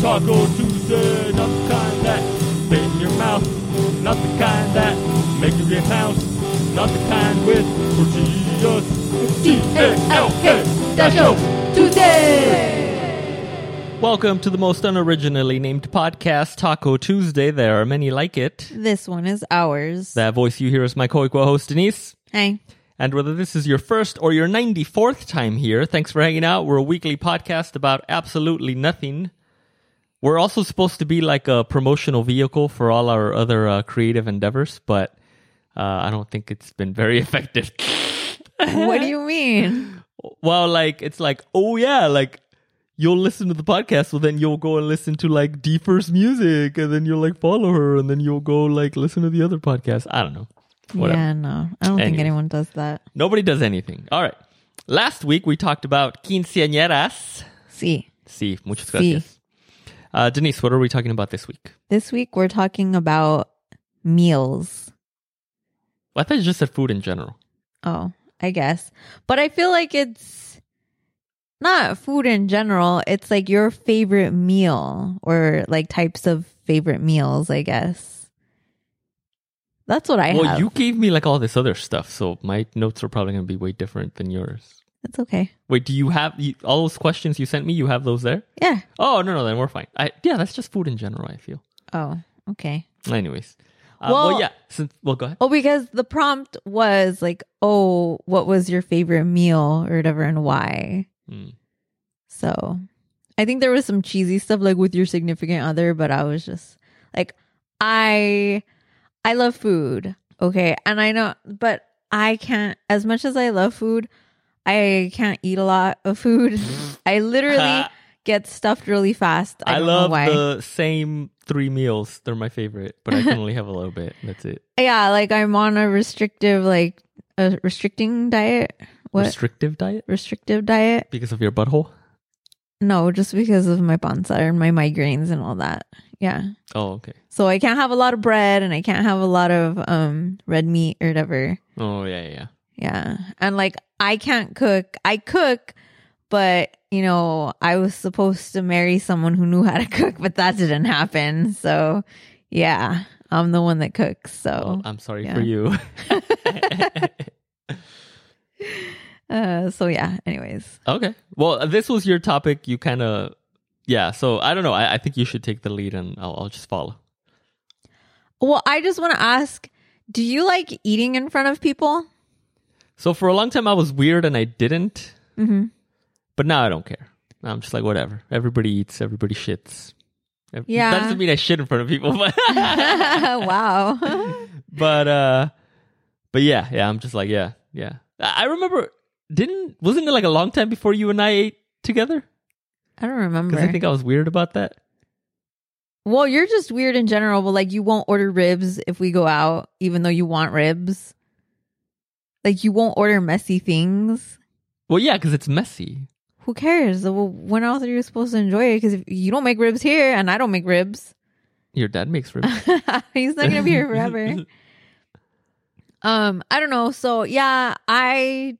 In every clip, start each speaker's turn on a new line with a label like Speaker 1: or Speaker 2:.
Speaker 1: dog or Tuesday, not the kind that spit in your mouth, not the kind that makes you get pounced, not the kind with tortillas. T-A-L-K, dash O, Tuesday! Welcome to the most unoriginally named podcast, Taco Tuesday. There are many like it.
Speaker 2: This one is ours.
Speaker 1: That voice you hear is my co-equal host, Denise.
Speaker 2: Hey.
Speaker 1: And whether this is your first or your 94th time here, thanks for hanging out. We're a weekly podcast about absolutely nothing. We're also supposed to be like a promotional vehicle for all our other uh, creative endeavors, but uh, I don't think it's been very effective.
Speaker 2: what do you mean?
Speaker 1: well, like, it's like, oh yeah, like, you'll listen to the podcast, so then you'll go and listen to like D First Music, and then you'll like follow her, and then you'll go like listen to the other podcast. I don't know. Whatever.
Speaker 2: Yeah, no. I don't think
Speaker 1: Anyway.
Speaker 2: anyone does that.
Speaker 1: Nobody does anything. All right. Last week we talked about quinceañeras.
Speaker 2: See,
Speaker 1: Sí, muchas
Speaker 2: Sí.
Speaker 1: gracias. Uh, Denise, what are we talking about this week?
Speaker 2: this week we're talking about meals.
Speaker 1: I thought you just said food in general.
Speaker 2: Oh, I guess. But I feel like it's not food in general. It's like your favorite meal or like types of favorite meals, I guess. That's what I
Speaker 1: well,
Speaker 2: have.
Speaker 1: you gave me like all this other stuff, so my notes are probably going to be way different than yours.
Speaker 2: it's okay.
Speaker 1: Wait, do you have you, all those questions you sent me? You have those there?
Speaker 2: Yeah.
Speaker 1: Oh no, no, then we're fine. I, yeah, that's just food in general. I feel.
Speaker 2: Oh, okay.
Speaker 1: Anyways, uh, well,
Speaker 2: Well-
Speaker 1: yeah. Since well, go ahead.
Speaker 2: Oh, because the prompt was like, oh, what was your favorite meal or whatever and why?
Speaker 1: Mm.
Speaker 2: So I think there was some cheesy stuff like with your significant other, but I was just like, I I love food. Okay. And I know but I can't as much as I love food, I can't eat a lot of food. I literally get stuffed really fast. I,
Speaker 1: I
Speaker 2: don't
Speaker 1: love
Speaker 2: know why.
Speaker 1: the same three meals. They're my favorite, but I can only have a little bit. That's it.
Speaker 2: yeah, like I'm on a restrictive like a restricting diet. What?
Speaker 1: Restrictive diet
Speaker 2: restrictive diet.
Speaker 1: because of your butthole.
Speaker 2: No, just because of my bonsa and my migraines and all that. Yeah.
Speaker 1: Oh, okay.
Speaker 2: So I can't have a lot of bread and I can't have a lot of um red meat or whatever.
Speaker 1: Oh, yeah, yeah, yeah.
Speaker 2: Yeah. And like I can't cook. I cook, but you know, I was supposed to marry someone who knew how to cook, but that didn't happen. So yeah, I'm the one that cooks.
Speaker 1: Well,
Speaker 2: So
Speaker 1: Oh, I'm sorry
Speaker 2: Oh, yeah.
Speaker 1: for you.
Speaker 2: uh so yeah, anyways.
Speaker 1: okay. Well, this was your topic. You kind of, yeah. So I don't know. I, I think you should take the lead, and I'll, I'll just follow.
Speaker 2: Well, I just want to ask, do you like eating in front of people?
Speaker 1: So for a long time, I was weird, and I didn't.
Speaker 2: Mhm.
Speaker 1: But now I don't care. I'm just like whatever. Everybody eats. Everybody shits. Ev-
Speaker 2: Yeah.
Speaker 1: That doesn't mean I shit in front of people, but
Speaker 2: wow.
Speaker 1: but uh, but yeah, yeah. I'm just like yeah, yeah. I I remember. Didn't wasn't it like a long time before you and I ate together?
Speaker 2: I don't remember.
Speaker 1: Because I think I was weird about that.
Speaker 2: well, you're just weird in general, but like you won't order ribs if we go out, even though you want ribs. Like you won't order messy things.
Speaker 1: Well, yeah, because it's messy.
Speaker 2: Who cares? Well, When else are you supposed to enjoy it? Because if you don't make ribs here and I don't make ribs,
Speaker 1: Your dad makes ribs.
Speaker 2: he's not gonna be here forever. um, I don't know. So yeah, I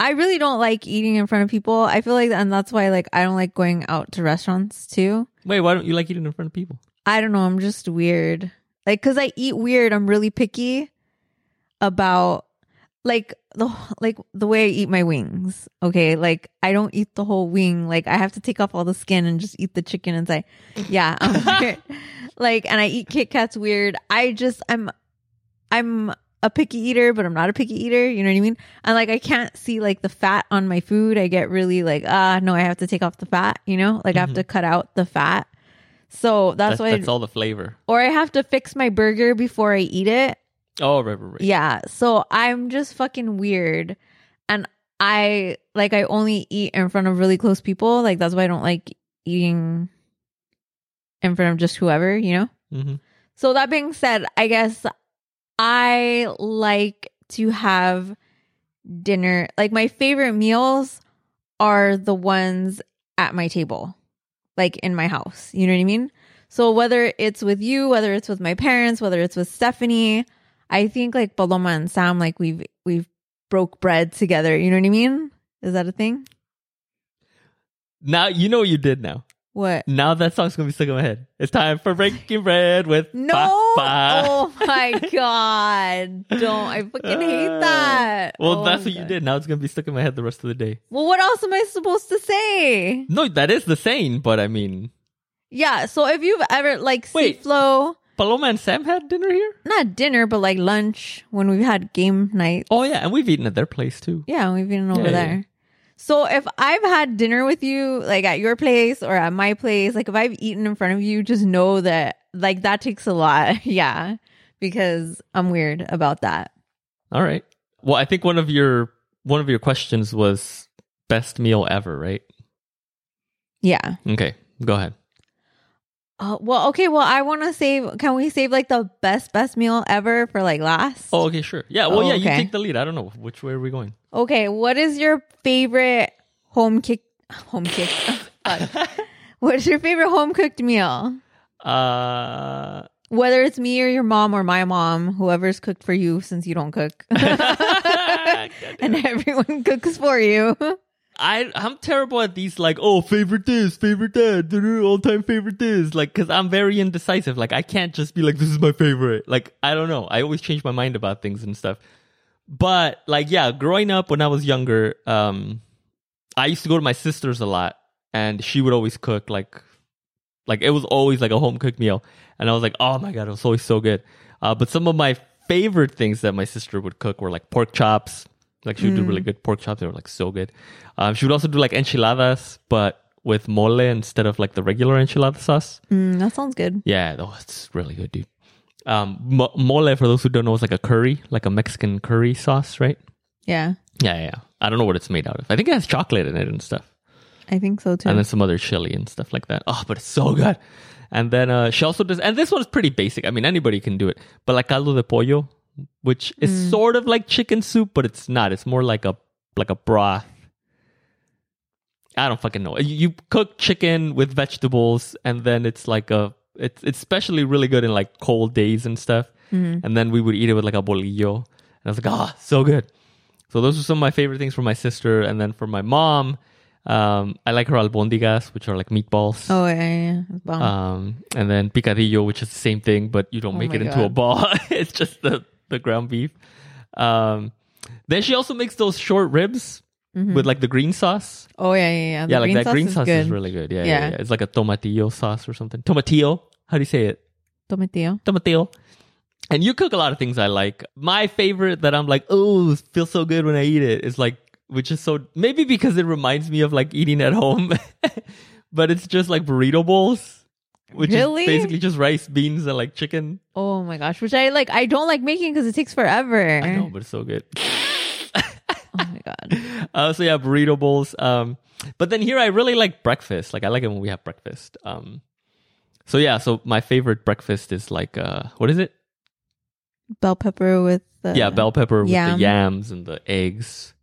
Speaker 2: I really don't like eating in front of people. I feel like, and that's why like I don't like going out to restaurants too.
Speaker 1: Wait, why don't you like eating in front of people?
Speaker 2: I don't know. I'm just weird. Like, cause I eat weird. I'm really picky about like the like the way I eat my wings. Okay, like I don't eat the whole wing. Like I have to take off all the skin and just eat the chicken inside. Yeah, I'm weird. like, and I eat Kit Kats weird. I just I'm I'm a picky eater, but I'm not a picky eater. You know what I mean? And like I can't see like the fat on my food. I get really like ah no, I have to take off the fat. You know, like I have to cut out the fat. So that's,
Speaker 1: That's,
Speaker 2: why,
Speaker 1: that's all the flavor.
Speaker 2: or I have to fix my burger before I eat it.
Speaker 1: Oh, right, right, right.
Speaker 2: Yeah. So I'm just fucking weird. And I like I only eat in front of really close people. Like that's why I don't like eating in front of just whoever, you know?
Speaker 1: hmm
Speaker 2: So that being said, I guess I like to have dinner. Like my favorite meals are the ones at my table, like in my house. You know what I mean? So whether it's with you, whether it's with my parents, whether it's with Stephanie, I think like Paloma and Sam, like we've we've broke bread together. You know what I mean? Is that a thing?
Speaker 1: Now you know what you did. Now
Speaker 2: What?
Speaker 1: Now that song's gonna be stuck in my head. It's time for breaking bread with
Speaker 2: No.
Speaker 1: Papa.
Speaker 2: Oh my god. Don't. I fucking hate that.
Speaker 1: Uh, Well,
Speaker 2: Oh
Speaker 1: that's
Speaker 2: my
Speaker 1: what you
Speaker 2: God.
Speaker 1: did. Now it's gonna be stuck in my head the rest of the day.
Speaker 2: Well, what else am I supposed to say?
Speaker 1: No, that is the saying, but I mean,
Speaker 2: Yeah. So if you've ever like
Speaker 1: Wait.
Speaker 2: Seaflow,
Speaker 1: Paloma and Sam had dinner here.
Speaker 2: not dinner, but like lunch when we've had game night.
Speaker 1: Oh yeah, and we've eaten at their place too.
Speaker 2: Yeah, we've been over
Speaker 1: Yeah, yeah.
Speaker 2: there. So if I've had dinner with you, like at your place or at my place, like if I've eaten in front of you, just know that like that takes a lot. yeah. Because I'm weird about that.
Speaker 1: All right. Well, I think one of your one of your questions was best meal ever, right?
Speaker 2: Yeah.
Speaker 1: Okay, go ahead.
Speaker 2: Uh, well, okay. Well, I want to save. Can we save like the best, best meal ever for like last?
Speaker 1: Oh, okay, sure. Yeah. Well,
Speaker 2: Oh,
Speaker 1: yeah, you
Speaker 2: okay.
Speaker 1: take the lead. I don't know which way are we going.
Speaker 2: Okay. What is your favorite home kick? Home kick. Fuck. What's your favorite home cooked meal?
Speaker 1: Uh,
Speaker 2: Whether it's me or your mom or my mom, whoever's cooked for you since you don't cook. and everyone cooks for you.
Speaker 1: I I'm terrible at these like oh favorite this favorite that all time favorite this like because I'm very indecisive like I can't just be like this is my favorite like I don't know I always change my mind about things and stuff but like yeah growing up when I was younger um I used to go to my sister's a lot and she would always cook like like it was always like a home cooked meal and I was like oh my god it was always so good uh, but some of my favorite things that my sister would cook were like pork chops like she would do really good pork chops they were like so good um, she would also do like enchiladas but with mole instead of like the regular enchilada sauce
Speaker 2: Mm, that sounds good.
Speaker 1: yeah oh, it's really good dude um, mo- mole for those who don't know is like a curry like a Mexican curry sauce right
Speaker 2: Yeah,
Speaker 1: yeah yeah, yeah I don't know what it's made out of I think it has chocolate in it and stuff
Speaker 2: I think so too.
Speaker 1: and then some other chili and stuff like that. Oh, but it's so good. And then uh, she also does, and this one's pretty basic. I mean, anybody can do it. But like caldo de pollo, which is sort of like chicken soup, but it's not. It's more like a like a broth. I don't fucking know. You, you cook chicken with vegetables, and then it's like a it's it's especially really good in like cold days and stuff.
Speaker 2: Mm-hmm.
Speaker 1: And then we would eat it with like a bolillo, and I was like, ah, so good. So those are some of my favorite things for my sister, and then for my mom, um, I like her albondigas, which are like meatballs.
Speaker 2: oh yeah, yeah, yeah. It's bomb.
Speaker 1: Um, and then picadillo, which is the same thing, but you don't
Speaker 2: Oh
Speaker 1: make it
Speaker 2: my
Speaker 1: into a
Speaker 2: God.
Speaker 1: ball. it's just the the ground beef. Um, then she also makes those short ribs
Speaker 2: Mm-hmm.
Speaker 1: with like the green sauce.
Speaker 2: oh yeah, yeah, yeah. The
Speaker 1: yeah, like that green sauce
Speaker 2: good.
Speaker 1: is really good. Yeah, yeah,
Speaker 2: Yeah.
Speaker 1: yeah. It's like a tomatillo sauce or something. Tomatillo. How do you say it?
Speaker 2: Tomatillo.
Speaker 1: tomatillo. And you cook a lot of things I like. My favorite that I'm like, oh, feels so good when I eat it is like, which is so maybe because it reminds me of like eating at home, but it's just like burrito bowls, which
Speaker 2: Really?
Speaker 1: is basically just rice, beans, and like chicken.
Speaker 2: Oh my gosh, which I like. I don't like making because it takes forever.
Speaker 1: I know, but it's so good.
Speaker 2: Oh my god.
Speaker 1: Uh, so yeah, burrito bowls. Um, but then here I really like breakfast. Like I like it when we have breakfast. Um, so yeah, so my favorite breakfast is like, uh, what is it?
Speaker 2: Bell pepper with the
Speaker 1: yeah, bell pepper with
Speaker 2: Uh, yam.
Speaker 1: the yams and the eggs.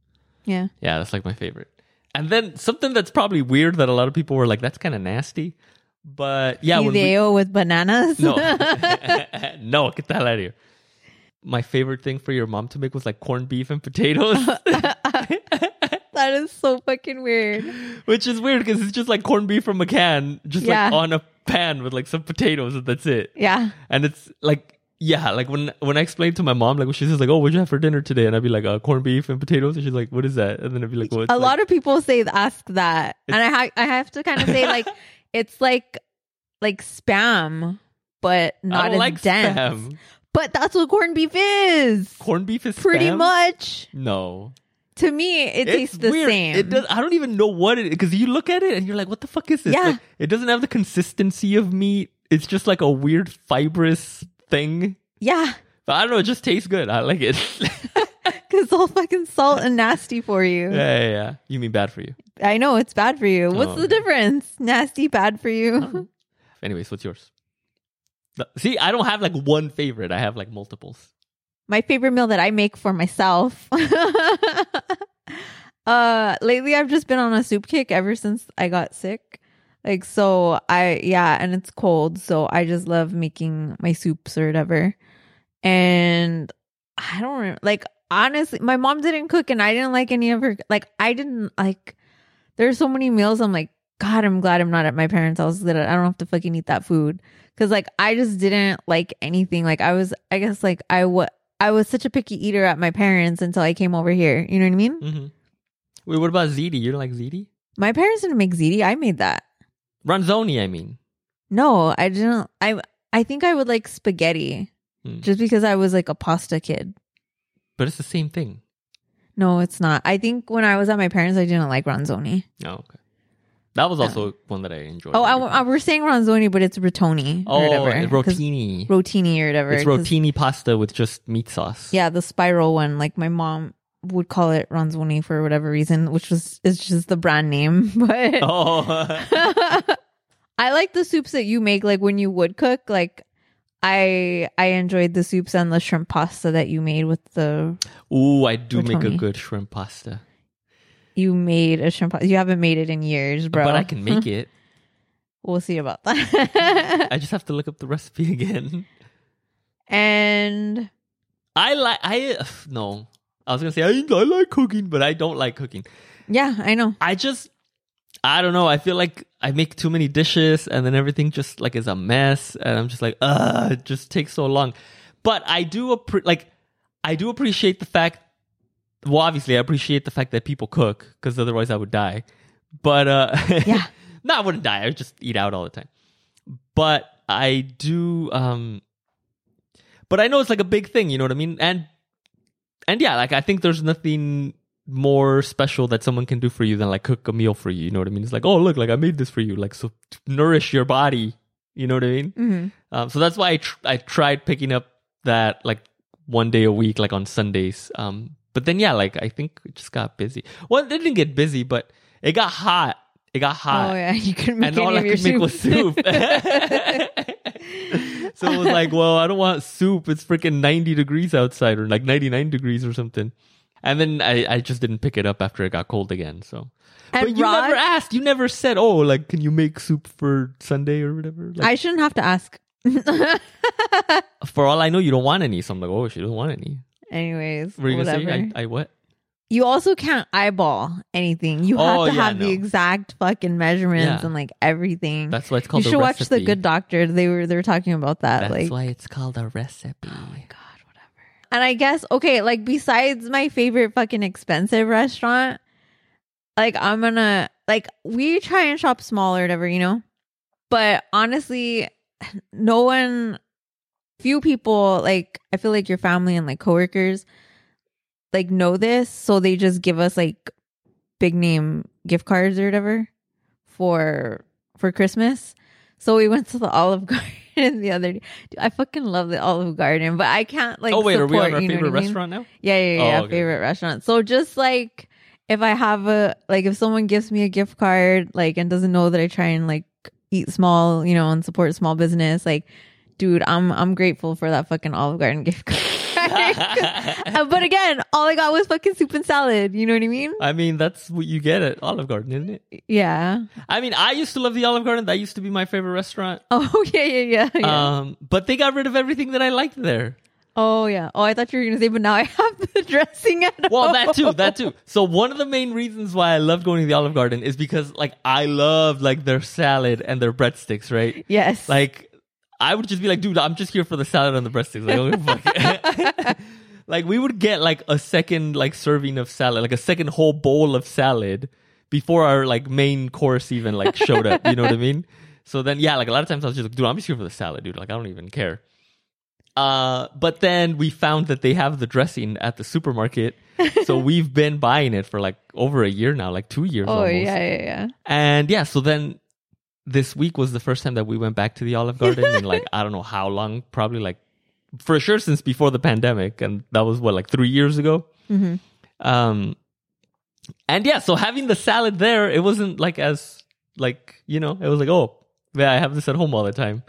Speaker 2: Yeah.
Speaker 1: Yeah, that's like my favorite. And then something that's probably weird that a lot of people were like, that's kind of nasty. But yeah, when we,
Speaker 2: Fideo with bananas.
Speaker 1: no, no, get the hell out of here. My favorite thing for your mom to make was like corned beef and potatoes,
Speaker 2: that is so fucking weird.
Speaker 1: which is weird because it's just like corned beef from a can, just
Speaker 2: Yeah.
Speaker 1: like on a pan with like some potatoes, and that's it.
Speaker 2: Yeah.
Speaker 1: And it's like, yeah, like when when I explained to my mom, like when she says like, "Oh, what'd you have for dinner today?" and I'd be like, uh, "Corned beef and potatoes," and she's like, "What is that?" And then I'd be like, "Well, it's
Speaker 2: a
Speaker 1: like-
Speaker 2: lot of people say ask that, and I ha- I have to kind of say like it's like like spam, but
Speaker 1: I
Speaker 2: not
Speaker 1: don't
Speaker 2: as
Speaker 1: like
Speaker 2: dense.
Speaker 1: spam.
Speaker 2: But that's what corned beef is.
Speaker 1: Corned beef is
Speaker 2: Pretty
Speaker 1: spam?
Speaker 2: much
Speaker 1: No,
Speaker 2: to me, it tastes the
Speaker 1: weird.
Speaker 2: same.
Speaker 1: It does. I don't even know what it because you look at it and you're like, "What the fuck is this?"
Speaker 2: Yeah.
Speaker 1: Like, it doesn't have the consistency of meat. It's just like a weird fibrous thing.
Speaker 2: Yeah,
Speaker 1: But I don't know. It just tastes good. I like it. yeah,
Speaker 2: because it's all fucking salt and nasty for you.
Speaker 1: yeah, yeah. You mean bad for you?
Speaker 2: I know it's bad for you. What's
Speaker 1: Oh,
Speaker 2: the
Speaker 1: okay.
Speaker 2: difference? Nasty, bad for you.
Speaker 1: Anyways, what's yours? Th- See, I don't have like one favorite. I have like multiples.
Speaker 2: My favorite meal that I make for myself. uh, lately I've just been on a soup kick ever since I got sick. Like so, I yeah, and it's cold, so I just love making my soups or whatever. And I don't remember, like honestly, my mom didn't cook, and I didn't like any of her. Like I didn't like. There's so many meals I'm like, God, I'm glad I'm not at my parents' house that I don't have to fucking eat that food. Cause like I just didn't like anything. Like I was, I guess like I wa I was such a picky eater at my parents until I came over here. You know what I mean?
Speaker 1: Mm-hmm. Wait, what about ziti? You don't like ziti?
Speaker 2: My parents didn't make ziti. I made that.
Speaker 1: Ranzoni, I mean.
Speaker 2: No, I didn't. I I think I would like spaghetti
Speaker 1: Hmm.
Speaker 2: just because I was like a pasta kid.
Speaker 1: But it's the same thing.
Speaker 2: No, it's not. I think when I was at my parents, I didn't like ranzoni.
Speaker 1: Oh, okay. That was also one that I enjoyed.
Speaker 2: Oh, I, I- we're saying ranzoni, but it's rotoni or
Speaker 1: oh
Speaker 2: whatever. 'Cause
Speaker 1: rotini.
Speaker 2: Rotini or whatever.
Speaker 1: It's
Speaker 2: 'cause-
Speaker 1: rotini pasta with just meat sauce.
Speaker 2: Yeah, the spiral one. Like my mom would call it ranzoni for whatever reason, which was is just the brand name. But
Speaker 1: Oh,
Speaker 2: I like the soups that you make. Like when you would cook, like I I enjoyed the soups and the shrimp pasta that you made with the
Speaker 1: ooh, I do make a
Speaker 2: Rotini.
Speaker 1: good shrimp pasta,
Speaker 2: you made a shrimp. pa- You haven't made it in years, bro. Mm-hmm.
Speaker 1: but I can make it.
Speaker 2: We'll see about that.
Speaker 1: I just have to look up the recipe again.
Speaker 2: and
Speaker 1: I like I ugh, no. I was gonna say I, I like cooking, but I don't like cooking.
Speaker 2: yeah, I know.
Speaker 1: I just I don't know. I feel like I make too many dishes and then everything just like is a mess and I'm just like, ugh, it just takes so long. But I do appre- like I do appreciate the fact well obviously I appreciate the fact that people cook because otherwise I would die. But uh
Speaker 2: Yeah.
Speaker 1: no, I wouldn't die. I would just eat out all the time. But I do um but I know it's like a big thing, you know what I mean? And and yeah, like I think there's nothing more special that someone can do for you than like cook a meal for you. You know what I mean? It's like, oh look, like I made this for you. Like so, to nourish your body. You know what I mean?
Speaker 2: hmm
Speaker 1: Um, so that's why I tr- I tried picking up that like one day a week, like on Sundays. Um, but then yeah, like I think it just got busy. Well, it didn't get busy, but it got hot. It got hot
Speaker 2: Oh yeah, you couldn't make
Speaker 1: and
Speaker 2: any
Speaker 1: all I
Speaker 2: of your
Speaker 1: could make was soup.
Speaker 2: soups.
Speaker 1: so it was like, well, I don't want soup. It's freaking 90 degrees outside or like 99 degrees or something. And then I, I just didn't pick it up after it got cold again. So,
Speaker 2: And
Speaker 1: but you
Speaker 2: Rod-
Speaker 1: never asked. You never said, "Oh, like, can you make soup for Sunday or whatever?" Like,
Speaker 2: I shouldn't have to ask.
Speaker 1: for all I know, you don't want any. So I'm like, "Oh, she doesn't want any."
Speaker 2: Anyways,
Speaker 1: What are you
Speaker 2: whatever.
Speaker 1: gonna say? I, I what?
Speaker 2: you also can't eyeball anything. You have
Speaker 1: Oh,
Speaker 2: to
Speaker 1: yeah,
Speaker 2: have
Speaker 1: no.
Speaker 2: the exact fucking measurements
Speaker 1: Yeah.
Speaker 2: and like everything.
Speaker 1: That's why it's
Speaker 2: you
Speaker 1: called.
Speaker 2: should
Speaker 1: a
Speaker 2: watch
Speaker 1: recipe.
Speaker 2: the Good Doctor. They were they were talking about that.
Speaker 1: That's
Speaker 2: like, Oh
Speaker 1: why it's called a recipe.
Speaker 2: God, whatever. And I guess okay, like besides my favorite fucking expensive restaurant, like I'm gonna like we try and shop small or whatever, you know. But honestly, no one, few people like I feel like your family and like coworkers, like know this, so they just give us like big name gift cards or whatever for for Christmas. So we went to the Olive Garden the other day. Dude, I fucking love the Olive Garden, but I can't like.
Speaker 1: oh wait, are we on
Speaker 2: support,
Speaker 1: our
Speaker 2: you know what
Speaker 1: favorite
Speaker 2: I mean?
Speaker 1: restaurant now?
Speaker 2: Yeah, yeah, yeah.
Speaker 1: Oh,
Speaker 2: yeah,
Speaker 1: okay.
Speaker 2: Favorite restaurant. So just like if I have a like if someone gives me a gift card like and doesn't know that I try and like eat small, you know, and support small business, like dude, I'm I'm grateful for that fucking Olive Garden gift card. Uh, but again, all I got was fucking soup and salad. You know what I mean?
Speaker 1: I mean, that's what you get at Olive Garden, isn't it?
Speaker 2: Yeah.
Speaker 1: I mean, I used to love the Olive Garden. That used to be my favorite restaurant.
Speaker 2: Oh yeah, yeah, yeah. yeah.
Speaker 1: Um, but they got rid of everything that I liked there.
Speaker 2: oh yeah. Oh, I thought you were gonna say, but now I have the dressing at
Speaker 1: Well,
Speaker 2: home.
Speaker 1: that too, that too. So one of the main reasons why I loved going to the Olive Garden is because like I loved like their salad and their breadsticks, right?
Speaker 2: Yes.
Speaker 1: Like I would just be like, dude, I'm just here for the salad and the breadsticks. Like, I don't give a fuck. like we would get like a second like serving of salad, like a second whole bowl of salad before our like main course even like showed up. You know what I mean? So then yeah, like a lot of times I was just like, dude, I'm just here for the salad, dude. Like I don't even care. Uh, but then we found that they have the dressing at the supermarket. so we've been buying it for like over a year now, like two years
Speaker 2: oh
Speaker 1: almost.
Speaker 2: yeah, yeah, yeah.
Speaker 1: And yeah, so then this week was the first time that we went back to the Olive Garden in like I don't know how long, probably like for sure since before the pandemic, and that was what like three years ago.
Speaker 2: Mm-hmm.
Speaker 1: Um, and yeah, so having the salad there, it wasn't like as like you know, it was like oh yeah, I have this at home all the time.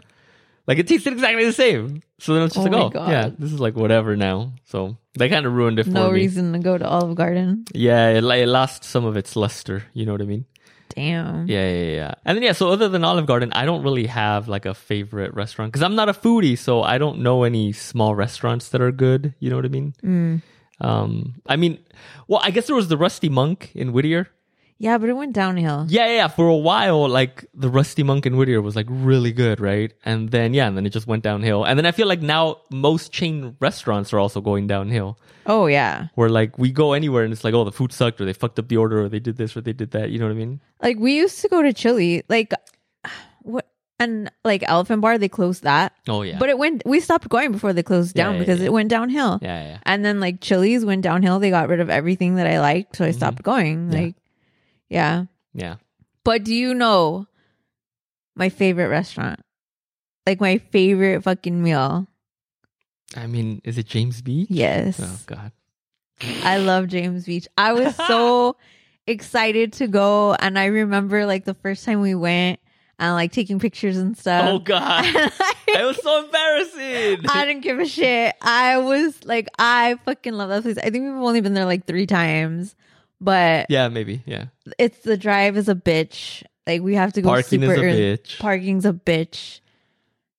Speaker 1: Like it tasted exactly the same. So then I was just
Speaker 2: Oh
Speaker 1: like,
Speaker 2: my
Speaker 1: oh
Speaker 2: God.
Speaker 1: yeah, this is like whatever now. So they kind of ruined it for
Speaker 2: No
Speaker 1: me.
Speaker 2: reason to go to Olive Garden.
Speaker 1: Yeah, it, it lost some of its luster. You know what I mean?
Speaker 2: Damn.
Speaker 1: Yeah, yeah, yeah. And then yeah, so other than Olive Garden, I don't really have like a favorite restaurant because I'm not a foodie, so I don't know any small restaurants that are good. You know what I mean?
Speaker 2: Mm.
Speaker 1: Um, I mean, well, I guess there was the Rusty Monk in Whittier.
Speaker 2: Yeah, but it went downhill.
Speaker 1: Yeah, yeah, yeah. For a while, like the Rusty Monk and Whittier was like really good, right? And then yeah, and then it just went downhill. And then I feel like now most chain restaurants are also going downhill.
Speaker 2: Oh yeah.
Speaker 1: Where like we go anywhere and it's like, oh, the food sucked, or they fucked up the order, or they did this, or they did that. You know what I mean?
Speaker 2: Like we used to go to Chile, like what and like Elephant Bar, they closed that.
Speaker 1: Oh yeah.
Speaker 2: But it went we stopped going before they closed
Speaker 1: Yeah,
Speaker 2: down
Speaker 1: yeah,
Speaker 2: because
Speaker 1: yeah.
Speaker 2: it went downhill.
Speaker 1: yeah, yeah.
Speaker 2: And then like Chili's went downhill, they got rid of everything that I liked, so I stopped going.
Speaker 1: Mm-hmm. Yeah.
Speaker 2: Like yeah.
Speaker 1: Yeah.
Speaker 2: But do you know my favorite restaurant? Like my favorite fucking meal.
Speaker 1: I mean, is it James B?
Speaker 2: Yes.
Speaker 1: Oh God.
Speaker 2: I love James Beach. I was so excited to go and I remember like the first time we went and like taking pictures and
Speaker 1: oh
Speaker 2: stuff.
Speaker 1: God.
Speaker 2: And, like,
Speaker 1: it was so embarrassing.
Speaker 2: Uh, I didn't give a shit. I was like I fucking love that place. I think we've only been there like 3 times, but
Speaker 1: yeah, maybe. Yeah.
Speaker 2: it's the drive is a bitch. Like we have to go
Speaker 1: Parking is
Speaker 2: super
Speaker 1: a
Speaker 2: early.
Speaker 1: bitch.
Speaker 2: Parking's a bitch,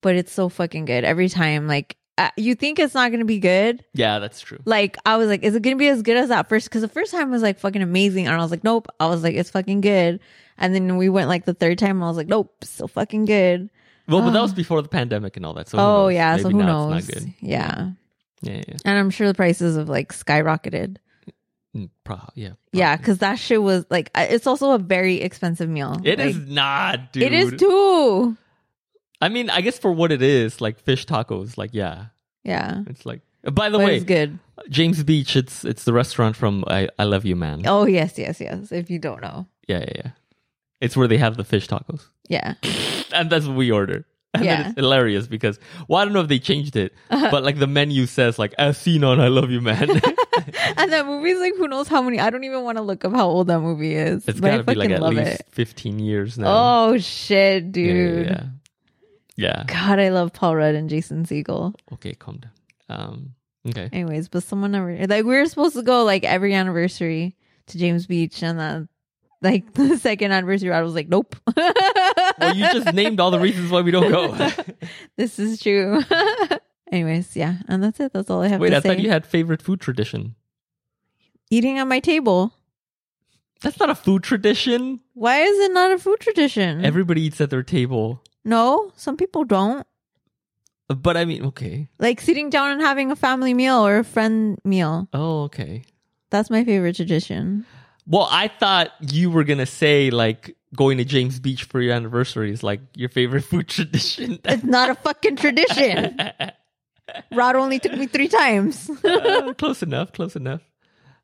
Speaker 2: but it's so fucking good every time. Like uh, you think it's not gonna be good.
Speaker 1: yeah, that's true.
Speaker 2: Like I was like, is it gonna be as good as that first? Because the first time was like fucking amazing, and I was like, nope. I was like, it's fucking good. And then we went like the third time, and I was like, nope, still fucking good.
Speaker 1: Well, but that
Speaker 2: Ah.
Speaker 1: was before the pandemic and all that. So who
Speaker 2: oh
Speaker 1: knows?
Speaker 2: yeah, so
Speaker 1: Maybe
Speaker 2: who
Speaker 1: now
Speaker 2: knows?
Speaker 1: It's not good.
Speaker 2: Yeah,
Speaker 1: Yeah, yeah.
Speaker 2: and I'm sure the prices have like skyrocketed.
Speaker 1: Mm, pro- yeah.
Speaker 2: Yeah, because that shit was like, I- it's also a very expensive meal.
Speaker 1: It
Speaker 2: Like,
Speaker 1: is not, dude.
Speaker 2: It is too.
Speaker 1: I mean, I guess for what it is, like fish tacos, like yeah,
Speaker 2: Yeah.
Speaker 1: it's like. By the
Speaker 2: but
Speaker 1: way,
Speaker 2: it's good.
Speaker 1: James Beach, it's it's the restaurant from I, I Love You Man.
Speaker 2: Oh yes, yes, yes. If you don't know,
Speaker 1: Yeah, yeah, yeah. It's where they have the fish tacos,
Speaker 2: yeah,
Speaker 1: and that's what we order. And then
Speaker 2: Yeah. Uh-huh.
Speaker 1: it's hilarious because well, I don't know if they changed it, but like the menu says like as seen on I Love You Man.
Speaker 2: and that movie's like who knows how many. I don't even want to look up how old that movie is,
Speaker 1: it's
Speaker 2: but I
Speaker 1: gotta
Speaker 2: fucking
Speaker 1: be like at
Speaker 2: love
Speaker 1: least
Speaker 2: it.
Speaker 1: fifteen years now.
Speaker 2: Oh shit,
Speaker 1: yeah, yeah,
Speaker 2: dude!
Speaker 1: yeah. Yeah.
Speaker 2: God, I love Paul Rudd and Jason Segel.
Speaker 1: Okay, calm down. Um. Okay.
Speaker 2: Anyways, but someone never like we were supposed to go like every anniversary to James Beach, and then like the second anniversary, I was like, nope.
Speaker 1: Well, you just named all the reasons why we don't go.
Speaker 2: this is true. Anyways, yeah, and that's it. That's all I have
Speaker 1: Wait,
Speaker 2: to
Speaker 1: I
Speaker 2: say.
Speaker 1: thought you had favorite food tradition.
Speaker 2: Eating at my table.
Speaker 1: That's not a food tradition.
Speaker 2: Why is it not a food tradition?
Speaker 1: Everybody eats at their table.
Speaker 2: No, some people don't.
Speaker 1: But I mean, okay.
Speaker 2: Like sitting down and having a family meal or a friend meal.
Speaker 1: Oh, okay.
Speaker 2: That's my favorite tradition.
Speaker 1: Well, I thought you were going to say like going to James Beach for your anniversary is like your favorite food tradition.
Speaker 2: It's not a fucking tradition. Rod only took me three times.
Speaker 1: Uh, close enough, close enough.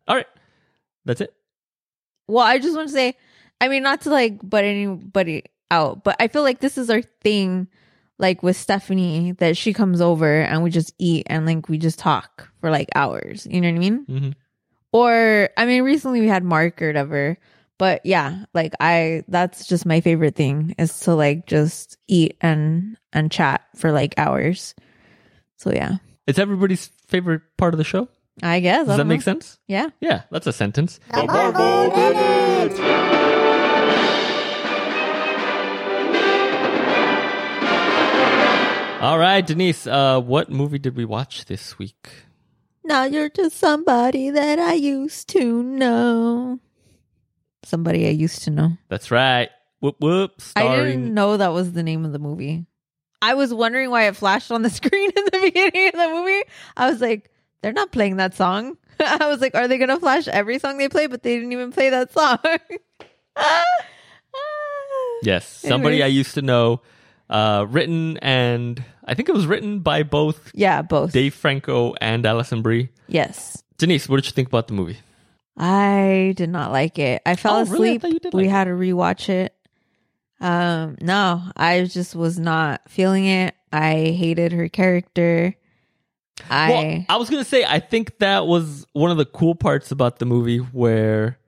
Speaker 1: All right. That's it.
Speaker 2: well, I just want to say, I mean, not to like butt anybody out, but I feel like this is our thing, like with Stephanie, that she comes over and we just eat and like we just talk for like hours. You know what I mean?
Speaker 1: Mhm.
Speaker 2: Or, I mean, recently we had Mark or whatever. But yeah, like I, that's just my favorite thing is to like just eat and and chat for like hours. So yeah,
Speaker 1: It's everybody's favorite part of the show.
Speaker 2: I guess I
Speaker 1: Does that
Speaker 2: don't
Speaker 1: make
Speaker 2: know.
Speaker 1: sense?
Speaker 2: Yeah.
Speaker 1: Yeah, that's a sentence. All right, Denise, uh, what movie did we watch this week?
Speaker 2: Now you're just somebody that I used to know. Somebody I used to know.
Speaker 1: That's right. Whoop whoop.
Speaker 2: I didn't
Speaker 1: Starring.
Speaker 2: know that was the name of the movie. I was wondering why it flashed on the screen at the beginning of the movie. I was like, they're not playing that song. I was like, are they going to flash every song they play? But they didn't even play that song.
Speaker 1: Yes, somebody
Speaker 2: Anyways.
Speaker 1: I used to know. Uh, written and I think it was written by both
Speaker 2: yeah, both.
Speaker 1: Dave Franco and Allison Brie.
Speaker 2: yes.
Speaker 1: Denise, what did you think about the movie?
Speaker 2: I did not like it. I fell
Speaker 1: Oh,
Speaker 2: asleep.
Speaker 1: really? I thought you did
Speaker 2: we
Speaker 1: like it.
Speaker 2: had to rewatch it. Um, no, I just was not feeling it. I hated her character. I
Speaker 1: well, I was gonna say I think that was one of the cool parts about the movie where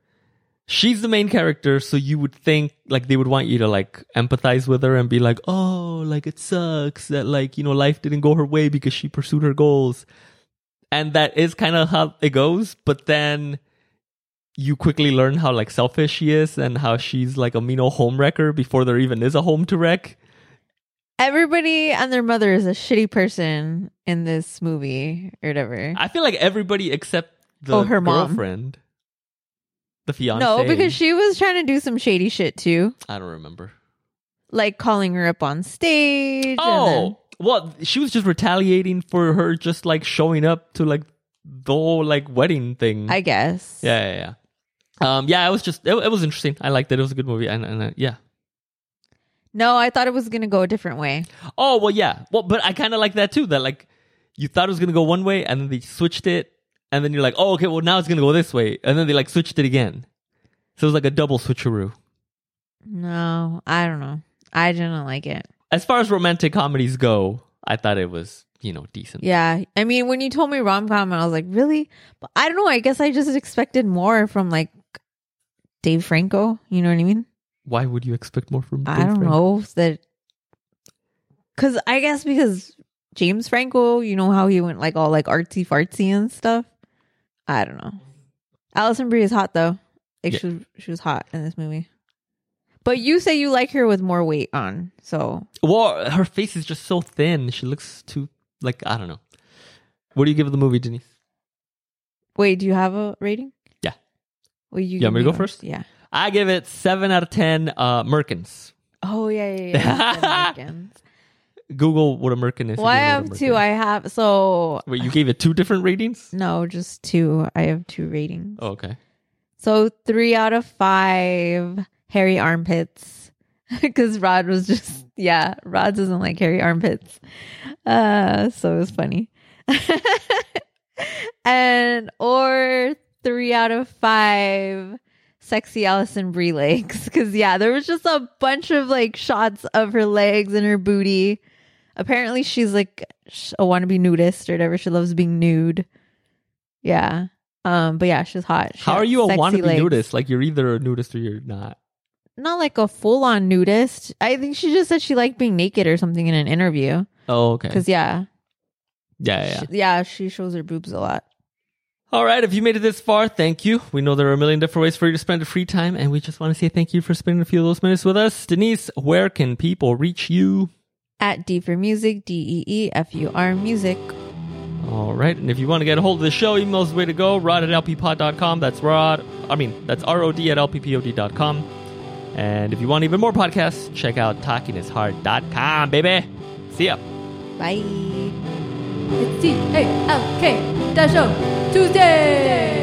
Speaker 1: she's the main character, so you would think like they would want you to like empathize with her and be like, oh, like it sucks that like you know life didn't go her way because she pursued her goals, and that is kind of how it goes. But then you quickly learn how like selfish she is and how she's like a mean old home wrecker before there even is a home to wreck.
Speaker 2: everybody and their mother is a shitty person in this movie or whatever.
Speaker 1: I feel like everybody except the
Speaker 2: Oh, her mom.
Speaker 1: girlfriend. The fiance.
Speaker 2: No, because she was trying to do some shady shit too,
Speaker 1: I don't remember.
Speaker 2: like calling her up on stage. and then-
Speaker 1: Oh, well, she was just retaliating for her just like showing up to like the whole like wedding thing.
Speaker 2: I guess.
Speaker 1: yeah, yeah, yeah. Um, yeah, it was just it, it was interesting. I liked it. It was a good movie, and, and uh, yeah.
Speaker 2: No, I thought it was gonna go a different way.
Speaker 1: Oh well, yeah. Well, but I kind of like that too. That like you thought it was gonna go one way, and then they switched it, and then you're like, oh, okay, well now it's gonna go this way, and then they like switched it again. So it was like a double switcheroo.
Speaker 2: No, I don't know. I didn't like it.
Speaker 1: As far as romantic comedies go, I thought it was you know decent.
Speaker 2: Yeah, I mean, when you told me rom com, I was like, really? But I don't know. I guess I just expected more from like Dave Franco. You know what I mean?
Speaker 1: Why would you expect more from?
Speaker 2: I
Speaker 1: Dave
Speaker 2: don't
Speaker 1: Franco?
Speaker 2: know that. Because I guess because James Franco, you know how he went like all like artsy fartsy and stuff. I don't know. Allison Brie is hot though. Like
Speaker 1: Yeah.
Speaker 2: she was- she was hot in this movie. But you say you like her with more weight on, so
Speaker 1: Well, her face is just so thin. She looks too like I don't know. What do you give the movie, Denise?
Speaker 2: wait, do you have a rating?
Speaker 1: Yeah.
Speaker 2: Well, you
Speaker 1: You want
Speaker 2: give
Speaker 1: me to go
Speaker 2: yours.
Speaker 1: first?
Speaker 2: Yeah.
Speaker 1: I give it seven out of ten. Uh, Merkins.
Speaker 2: Oh yeah, yeah, yeah. The Americans.
Speaker 1: Google what a Merkin is. if
Speaker 2: well, I
Speaker 1: you don't know
Speaker 2: have
Speaker 1: what a
Speaker 2: two.
Speaker 1: Merkin
Speaker 2: I
Speaker 1: is.
Speaker 2: have so
Speaker 1: Wait, you gave it two different ratings?
Speaker 2: no, just two. I have two ratings.
Speaker 1: Oh, okay.
Speaker 2: So three out of five hairy armpits. Because Rod was
Speaker 1: Mm.
Speaker 2: just, yeah, Rod doesn't like hairy armpits. Uh, so it was funny. and, or three out of five sexy Allison Brie legs. Because, yeah, there was just a bunch of like shots of her legs and her booty. Apparently, she's like sh- a wannabe nudist or whatever. She loves being nude. Yeah. Um, but yeah, she's hot. She
Speaker 1: How
Speaker 2: got
Speaker 1: are you a
Speaker 2: sexy
Speaker 1: wannabe
Speaker 2: legs.
Speaker 1: nudist? Like you're either a nudist or you're not.
Speaker 2: Not like a full on nudist. I think she just said she liked being naked or something in an interview.
Speaker 1: Oh, okay.
Speaker 2: Because yeah,
Speaker 1: Yeah, yeah.
Speaker 2: She,
Speaker 1: yeah.
Speaker 2: yeah, she shows her boobs a lot.
Speaker 1: All right. If you made it this far, thank you. We know there are a million different ways for you to spend your free time, and we just want to say thank you for spending a few of those minutes with us, Denise. Where can people reach you?
Speaker 2: At D for music, D E E F U R music.
Speaker 1: All right. And if you want to get a hold of the show, email's the way to go. Rod at lppod.com. That's Rod. I mean, that's R O D at lppod.com. And if you want even more podcasts, check out talkingishard.com, baby. See ya.
Speaker 2: Bye.
Speaker 3: It's T A L K Dash O Tuesday.